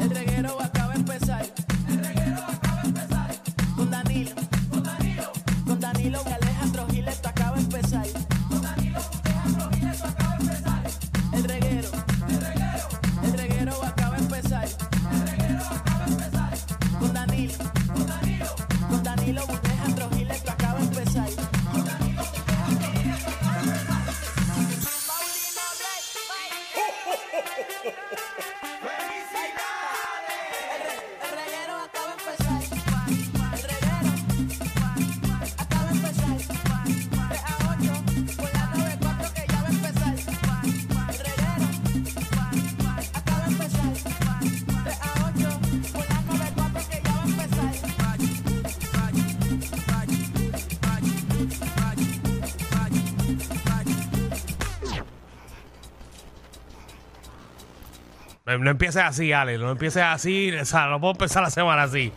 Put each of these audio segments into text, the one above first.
El reguero acaba de empezar. El reguero acaba de empezar. Con Danilo, con Danilo, con Danilo y Alejandro Gil, esto acaba de empezar. Con Danilo, Alejandro Gil, esto acaba de empezar. El reguero, el reguero, el reguero acaba de empezar. El reguero acaba de empezar. Con Danilo, con Danilo, con Danilo y Alejandro Gil, esto acaba de empezar. Con Danilo, Alejandro Gil, esto acaba de empezar. Paulina Blake, El reguero acaba de empezar. El reguero acaba de empezar. 3 a 8 por la 94 que ya va a empezar. El reguero acaba de empezar. 3 a 8 por la 94 que ya va a empezar. No, no empieces así, Ale. No empieces así. O sea, no puedo empezar la semana así.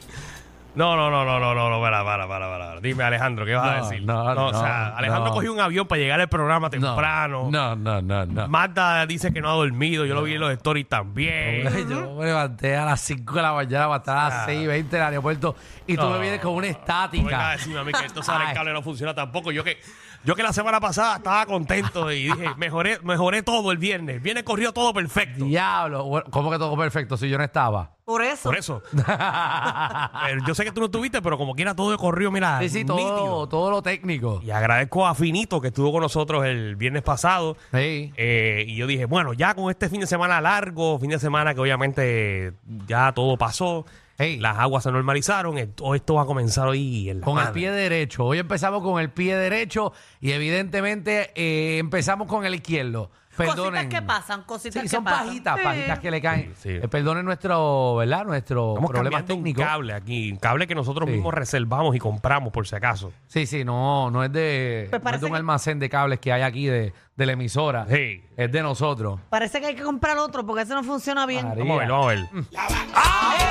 No, no, no, no, no, no, no, para, para, para, para. Dime, Alejandro, ¿qué vas No, a decir? no, o sea, no, Alejandro no. cogió un avión para llegar al programa No, temprano. No, no, no, no. Magda dice que no ha dormido. Yo lo vi en los stories también. Yo me levanté a las 5 de la mañana para estar a las 6 y 20 del aeropuerto y tú Ah. No, me vienes con una No vengas a estática. decirme a mí que esto sale el Ay. cable no funciona tampoco. Yo que, yo que la semana pasada estaba contento y dije, mejoré, mejoré todo el viernes. El viernes corrió todo perfecto. Diablo, Bueno, ¿cómo que todo perfecto si yo no estaba? Por eso. Por eso. Eh, yo sé que tú no estuviste, pero como quiera todo corrió, mira. Sí, sí, nítido. todo, todo lo técnico. Y agradezco a Finito que estuvo con nosotros el viernes pasado. Sí. Eh, y yo dije, bueno, ya con este fin de semana largo, fin de semana que obviamente ya todo pasó, Hey. las aguas se normalizaron, eh, todo esto va a comenzar hoy en la Con el madre. pie derecho. Hoy empezamos con el pie derecho y evidentemente eh, empezamos con el izquierdo. Perdonen. Cositas que pasan, cositas Sí, que son pasan. pajitas, Sí. pajitas que le caen. Sí, sí. Eh, perdonen nuestro, ¿verdad? Nuestro Estamos problema cambiando técnico. un cable aquí, un cable que nosotros Sí. mismos reservamos y compramos por si acaso. Sí, sí, no, no es de, Pues no es parece de un que- almacén de cables que hay aquí de, de la emisora. Sí. Es de nosotros. Parece que hay que comprar otro porque ese no funciona bien. María. Vamos a ver, vamos a ver.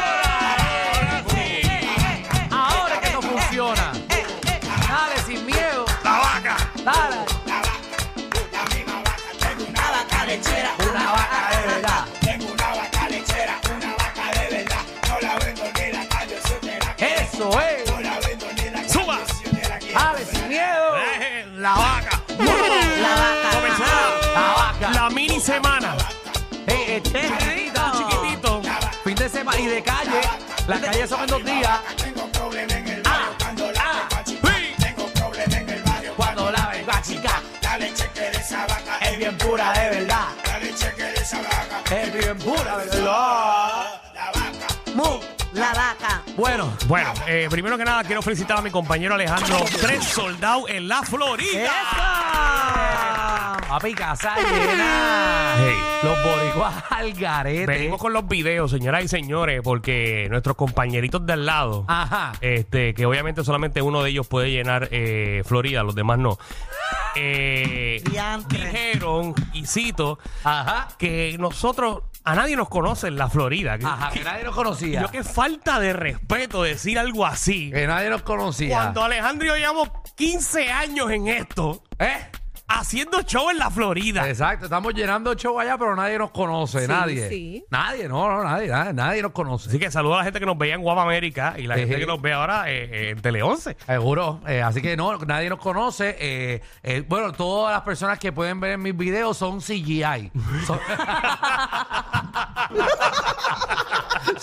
Ahora es que no funciona. Dale, sin miedo. ¡La vaca! Dale. Una vaca de verdad. Eso es. ¡Suba! Dale, sin miedo. Eh, Mm. ¡La vaca! La vaca. Comenzará La vaca. la mini semana. Eh, eh, chiquitita, chiquitita. Chiquitito. Fin de semana y de calle. Las calles son en dos días. Ah, Sí. Cuando la vengo a chica. Es bien pura de verdad. Es bien pura de verdad. Mu, la vaca. Bueno. Bueno, eh, primero que nada quiero felicitar a mi compañero Alejandro Tres Soldado en la Florida. Papi, casa llena. Hey. Los boricuas al garete. Venimos con los videos, señoras y señores, porque nuestros compañeritos de al lado, Ajá. este, que obviamente solamente uno de ellos puede llenar eh, Florida, los demás no, eh, Diantre. dijeron, y cito, Ajá. que nosotros, a nadie nos conoce en la Florida. Que- Ajá, que nadie nos conocía. Yo qué falta de respeto decir algo así. Que nadie nos conocía. Cuando Alejandro y yo llevamos 15 años en esto, ¿Eh? haciendo show en la Florida. Exacto, estamos llenando show allá, pero nadie nos conoce, Sí, nadie. sí. Nadie, no, no, nadie, nadie, nadie nos conoce. Así que saludo a la gente que nos veía en Guapa América y la gente Ejé. que nos ve ahora eh, eh, en Tele 11. Seguro, eh, así que no, nadie nos conoce. eh, eh, bueno, todas las personas que pueden ver en mis videos son CGI. Son,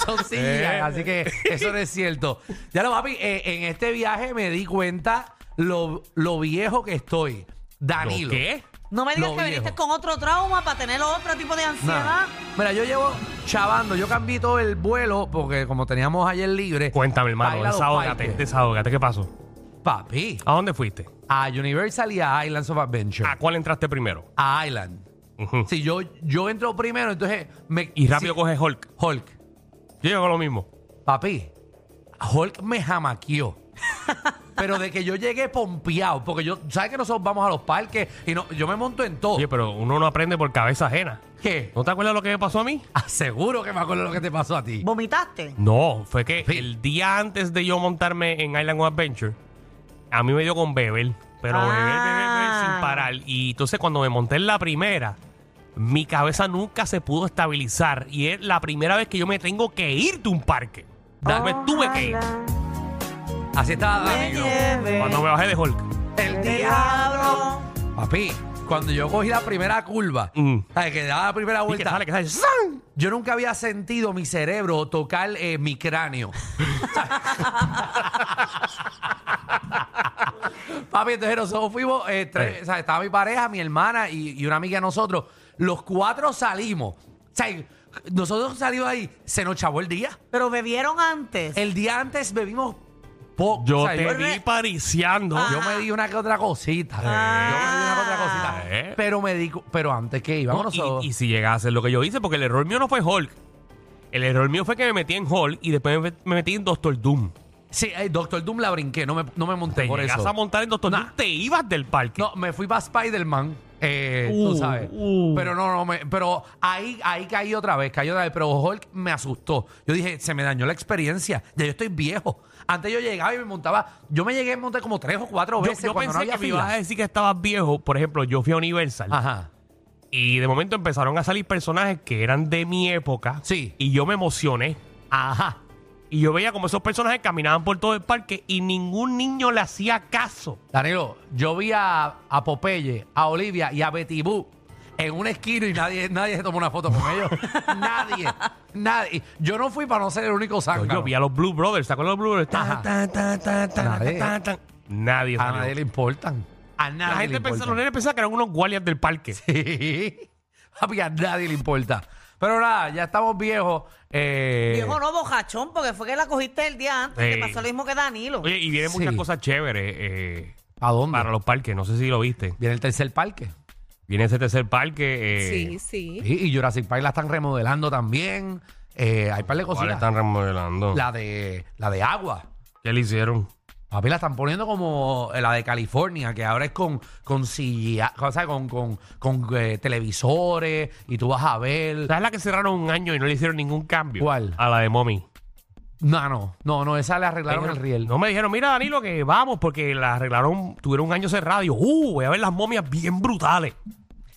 son CGI, Eh. así que eso no es cierto. Ya lo papi, eh, en este viaje me di cuenta lo, lo viejo que estoy. Danilo. ¿Qué? No me digas Lo que viniste viejo. con otro trauma para tener otro tipo de Nah. ansiedad. Mira, yo llevo chavando, yo cambié todo el vuelo porque como teníamos ayer libre. Cuéntame, hermano, baila los desahógate, bailes. desahógate. ¿Qué pasó? Papi, ¿A dónde fuiste? a Universal y a Islands of Adventure. Ah. ¿A cuál entraste primero? A Island. Si yo, yo entro primero, entonces me. Y rápido si- coge Hulk. Hulk. Yo llego lo mismo. Papi, Hulk me jamaqueó. pero de que yo llegué pompeado, porque yo, ¿sabes que nosotros vamos a los parques y no, yo me monto en todo? Oye, pero uno no aprende por cabeza ajena. Oh. ¿Qué? ¿No te acuerdas lo que me pasó a mí? Aseguro que me acuerdo lo que te pasó a ti. ¿Vomitaste? No, fue que el día antes de yo montarme en Island of Adventure, a mí me dio con beber, pero beber, beber, beber Ah. sin parar. Y entonces cuando me monté en la primera, mi cabeza nunca se pudo estabilizar. Y es la primera vez que yo me tengo que ir de un parque. Da- me tuve que ir. Así estaba Me Danilo. lleve Cuando me bajé de Hulk. El el diablo. diablo. Papi, cuando yo cogí la primera curva, Mm. ¿sabes? que daba la primera Y que vuelta, sale, que sale. ¡zan! yo nunca había sentido mi cerebro tocar eh, mi cráneo. Papi, entonces nosotros fuimos, eh, tres- Eh. o sea, estaba mi pareja, mi hermana y, y una amiga de nosotros. Los cuatro salimos. O sea, nosotros salimos ahí, se nos chavó el día. Pero bebieron antes. El día antes bebimos poco. Yo O sea, te vi Ah. pariciando. Yo me di una que otra cosita. Yo me di una que otra cosita. Eh. Pero me di, cu- pero antes que íbamos No, y- nosotros. y, si llegase a hacer lo que yo hice, porque el error mío no fue Hulk. El error mío fue que me metí en Hulk y después me met- me metí en Doctor Doom. sí, eh, Doctor Doom la brinqué, no me, no me monté Te por llegas eso. a montar en Doctor Doom, te ibas del parque. no, me fui para Spider-Man. eh, tú Uh, sabes. uh. Pero no, no, me- pero ahí, ahí caí otra vez, caí otra vez. Pero Hulk me asustó. Yo dije, se me dañó la experiencia. Ya yo estoy viejo. Antes yo llegaba y me montaba. Yo me llegué a montar como tres o cuatro yo veces. yo cuando pensé no había que me fila. Ah. ibas a decir que estabas viejo. Por ejemplo, yo fui a Universal Ajá. y de momento empezaron a salir personajes que eran de mi época. Sí. Y yo me emocioné. Ajá. Y yo veía como esos personajes caminaban por todo el parque y ningún niño le hacía caso. Danilo, yo vi a, a Popeye, a Olivia y a Betty Boo en una esquina y nadie, nadie se tomó una foto con ellos. nadie. Nadie. Yo no fui para no ser el único Yo, zángano. vi a los Blue Brothers. ¿Te acuerdas de los Blue Brothers? Tan, Ah, Ajá. tan, tan, tan, tan, Nadie. tan, tan. Nadie a salió. nadie le importan. A nadie La gente le pensaba, los importan. nenes pensaban que eran unos guardias del parque. Sí. Papi, a nadie le importa. Pero nada, ya estamos viejos. eh, Viejo no, bojachón, porque fue que la cogiste el día antes. Sí. Te pasó lo mismo que Danilo. Oye, y vienen Sí. muchas cosas chéveres eh, ¿A dónde? para los parques. No sé si lo viste. Viene el tercer parque. Viene ese tercer parque. Sí, eh, sí. Y, y Jurassic Park la están remodelando también. Eh, hay un par de ¿Cuál cositas. están remodelando? La de, la de agua. ¿Qué le hicieron? Papi, la están poniendo como eh, la de California, que ahora es con, con, CGI, o sea, con, con, con, eh, televisores y tú vas a ver. ¿Sabes la que cerraron un año y no le hicieron ningún cambio? ¿Cuál? A la de Mommy. No, no, no, no, esa le arreglaron el riel. No me dijeron, mira Danilo, que vamos, porque la arreglaron, tuvieron un año cerrado. Y yo, uh, voy a ver las momias bien brutales.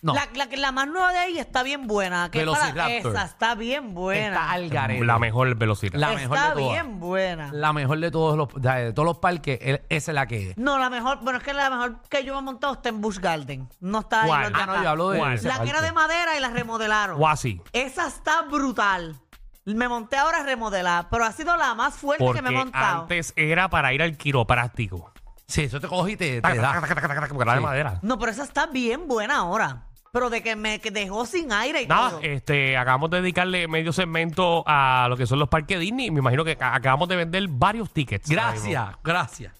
no. La, la, la más nueva de ahí está bien buena. que es para- Velociraptor. Esa está bien Está buena. al garete. La mejor velocidad. La mejor está de todas. bien buena. La mejor de todos los, de todos los parques, el- esa es la que es. No, la mejor, bueno, es que la mejor que yo me he montado está en Busch Garden. No está ¿Cuál? en los de Ah, no, acá. yo hablo de ¿Cuál? ese La que era parque. de madera y la remodelaron. Guasi. Esa está brutal. Me monté ahora a remodelar, pero ha sido la más fuerte que me he Porque montado. antes era para ir al quiropráctico. Sí, eso te coge y te, te Taca, taca, da. taca, taca, taca, Porque era de Sí. madera. No, pero esa está bien buena ahora. Pero de que me que dejó sin aire y Nada, eh. todo. este, acabamos de dedicarle medio segmento a lo que son los parques Disney. Me imagino que ca- acabamos de vender varios tickets. Gracias, gracias.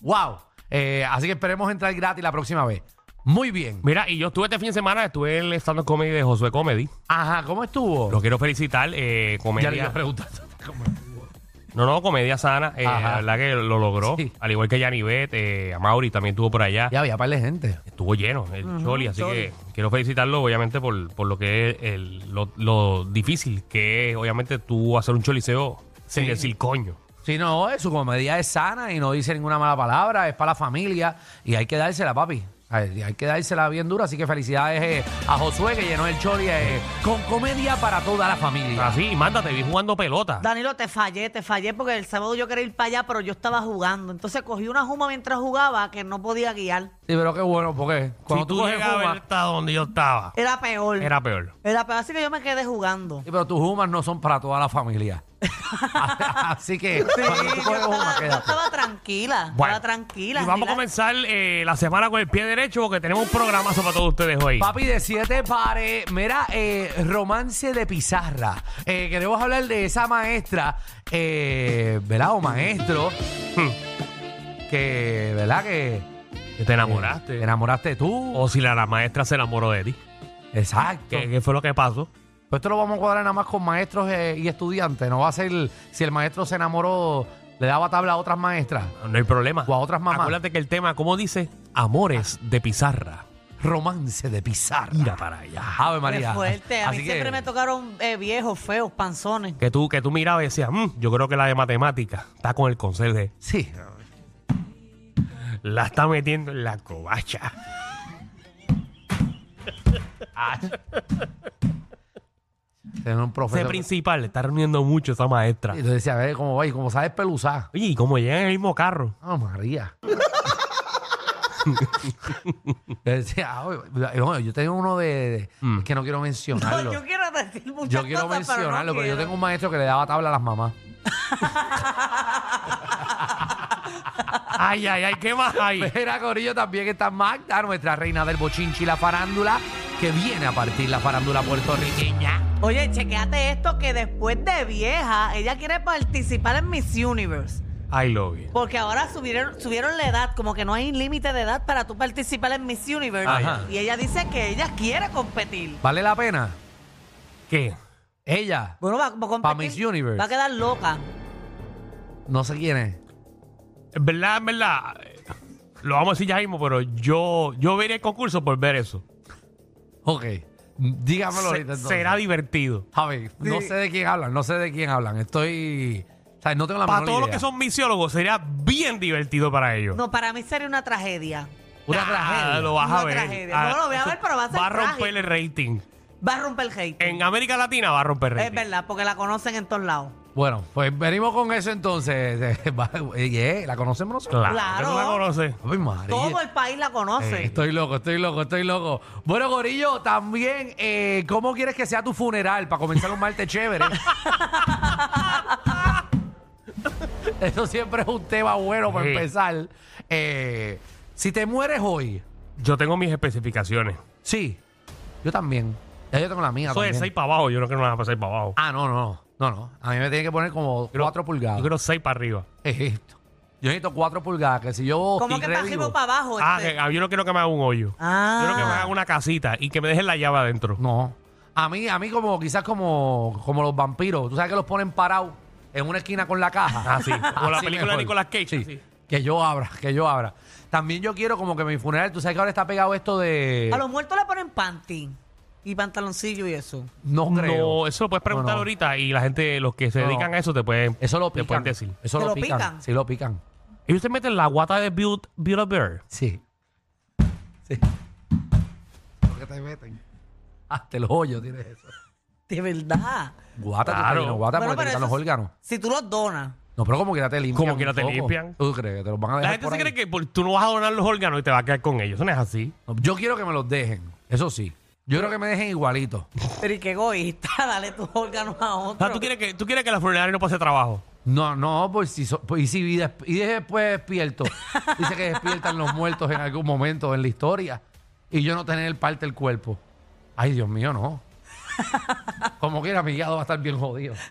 Wow. Eh, así que esperemos entrar gratis la próxima vez. Muy bien. Mira, y yo estuve este fin de semana, estuve en el stand-up comedy de Josué Comedy. Ajá, ¿cómo estuvo? Lo quiero felicitar, eh, ya le iba comedia. a preguntar. No, no, comedia sana. eh, Ajá. la verdad que lo logró. Sí. Al igual que Yanivet, eh, a Mauri también estuvo por allá. Ya había par de gente. Estuvo lleno el Choli, así que quiero felicitarlo, obviamente, por, por lo que es el- lo, lo difícil que es, obviamente, tú hacer un choliseo sin decir coño. Si no, eh, su comedia es sana y no dice ninguna mala palabra, es para la familia y hay que dársela, papi. Hay hay que dársela bien dura, así que felicidades eh, a Josué que llenó el chori eh, con comedia para toda la familia. Así, y mándate, vi jugando pelota. Danilo, te fallé, te fallé porque el sábado yo quería ir para allá, pero yo estaba jugando. Entonces cogí una juma mientras jugaba que no podía guiar. Sí, pero qué bueno, porque cuando si tú, tú coges llegabas Jumas, hasta donde yo estaba, Era peor. era peor. Era peor, así que yo me quedé jugando. sí, pero tus Jumas no son para toda la familia. así que cuando tú yo coges oh, Jumas, estaba, yo quédate. estaba tranquila, estaba tranquila. Y vamos a relax. comenzar eh, la semana con el pie derecho porque tenemos un programazo para todos ustedes hoy. Papi de siete pares. Mira, eh, romance de pizarra. Eh, queremos hablar de esa maestra, eh, ¿verdad? O maestro. Hmm. que, ¿verdad? Que Que te enamoraste. te enamoraste tú. o si la, la maestra se enamoró de ti. Exacto. ¿Qué, qué fue lo que pasó? Pues esto lo vamos a cuadrar nada más con maestros eh, y estudiantes. No va a ser si el maestro se enamoró, le daba tabla a otras maestras. No hay problema. O a otras mamás. Acuérdate que el tema, como dice, amores de pizarra. Romance de pizarra. Mira para allá. Ave Qué María. fuerte. A mí Así que- siempre me tocaron eh, viejos, feos, panzones. Que tú, que tú mirabas y decías, "Mm, yo creo que la de matemática está con el conserje. Sí. La está metiendo en la cobacha. Tener un Ese profesor. principal le está reuniendo mucho esa maestra. Y tú decías, a ver cómo va y cómo sabes peluzar. Oye, y como llegan en el mismo carro. Ah, María. Yo decía, "Ah, oye, no, yo tengo uno de, de- Mm. es que no quiero mencionarlo. yo quiero decir muchas Yo quiero cosas, pero no mencionarlo, pero yo quiero. tengo un maestro que le daba tabla a las mamás. Ay, ay, ay, ¿qué más hay? Espera, Corillo, también está Magda, nuestra reina del bochinchi y la farándula, que viene a partir la farándula puertorriqueña. Oye, chequeate esto que después de vieja, ella quiere participar en Miss Universe. I love you. Porque ahora subieron, subieron la edad, como que no hay límite de edad para tú participar en Miss Universe. Ajá. Y ella dice que ella quiere competir. ¿Vale la pena? ¿Qué? Ella, Bueno, va, va a competir. Pa' Miss Universe. Va a quedar loca. no sé quién es. En verdad, en verdad, eh, lo vamos a decir ya mismo, pero yo, yo veré el concurso por ver eso. Ok, dígamelo Se- ahorita. entonces. será divertido. A ver, no sé de quién hablan, no sé de quién hablan. Estoy. O sea, no tengo la Para menor todos los idea. que son misiólogos, será bien divertido para ellos. No, para mí sería una tragedia. Una Ah, tragedia. Lo vas a Una ver. Ah, tragedia. No, lo voy a ver, pero va a ser romper el rating. Va a romper el hate. En América Latina va a romper el rating. Es verdad, porque la conocen en todos lados. Bueno, pues venimos con eso entonces. Oye, ¿La conocemos nosotros? Claro. Claro. ¿Tú la conoces? Ay, María. Todo el país la conoce. Eh, Estoy loco, estoy loco, estoy loco. Bueno, Gorillo, también, eh, ¿cómo quieres que sea tu funeral para comenzar un martes chévere? Eso siempre es un tema bueno para Sí. empezar. Eh, si te mueres hoy, Yo tengo mis especificaciones. sí, yo también. Ya yo tengo la mía Eso es pues, también. 6 para abajo. Yo creo que no van a pasar para abajo. Ah, no, no, no, no. A mí me tiene que poner como Creo- 4 pulgadas. Yo creo 6 para arriba. Esto. Yo necesito 4 pulgadas, que si yo... ¿Cómo que para arriba revivo- o para abajo? Ah, este? que- ah, yo no quiero que me haga un hoyo. Ah. Yo quiero que me haga una casita y que me dejen la llave adentro. No. A mí, a mí como quizás como, como los vampiros. Tú sabes que los ponen parados en una esquina con la caja. Así, Ah, como la película de Nicolas Cage, Sí. así. Que yo abra, que yo abra. También yo quiero como que mi funeral, tú sabes que ahora está pegado esto de... A los muertos le ponen panty y pantaloncillo y eso. No creo. No, eso lo puedes preguntar No, no. ahorita y la gente, los que se No, no. dedican a eso, te pueden, Eso lo te pican. pueden decir. Eso ¿Te lo, lo pican. pican? Sí, lo pican. Ellos se meten la guata de Build, Build a Bear. Sí. Sí. Lo que te meten. Hasta el hoyo tienes eso. De verdad. Claro. Guata, tú estás lleno de guata porque Bueno, te pero quitan eso los es- órganos. Si tú los donas. No, pero como quiera te limpian. Como quiera un te poco. limpian. ¿Tú crees que te los van a dejar La gente por se ahí? cree que por- tú no vas a donar los órganos y te vas a quedar con ellos. Eso no es así. No, Yo quiero que me los dejen, eso sí. Yo creo que me dejen igualito. Pero y qué egoísta, dale tus órganos a O otro. sea, tú quieres que, tú quieres que la funeraria no pase trabajo. No, no, pues si, so- pues, y si des- y después despierto. Dice que despiertan los muertos en algún momento en la historia y yo no tener parte del cuerpo. Ay, Dios mío, no. Como quiera, mi hígado va a estar bien jodido.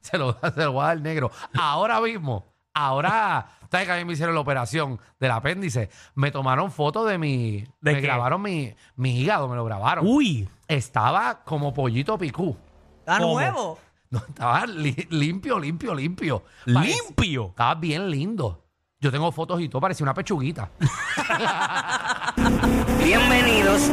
Se lo, se lo voy a dar negro. Ahora mismo, ahora, ¿sabes que a mí me hicieron la operación del apéndice? Me tomaron fotos de mi... ¿De me qué? Uh. grabaron mi, mi hígado, me lo grabaron. Uy. estaba como pollito picú. a ¿Cómo? Ah, nuevo. No, estaba li- limpio, limpio, limpio. Parec- Limpio. Estaba bien lindo. Yo tengo fotos y todo, parecía una pechuguita. Bienvenidos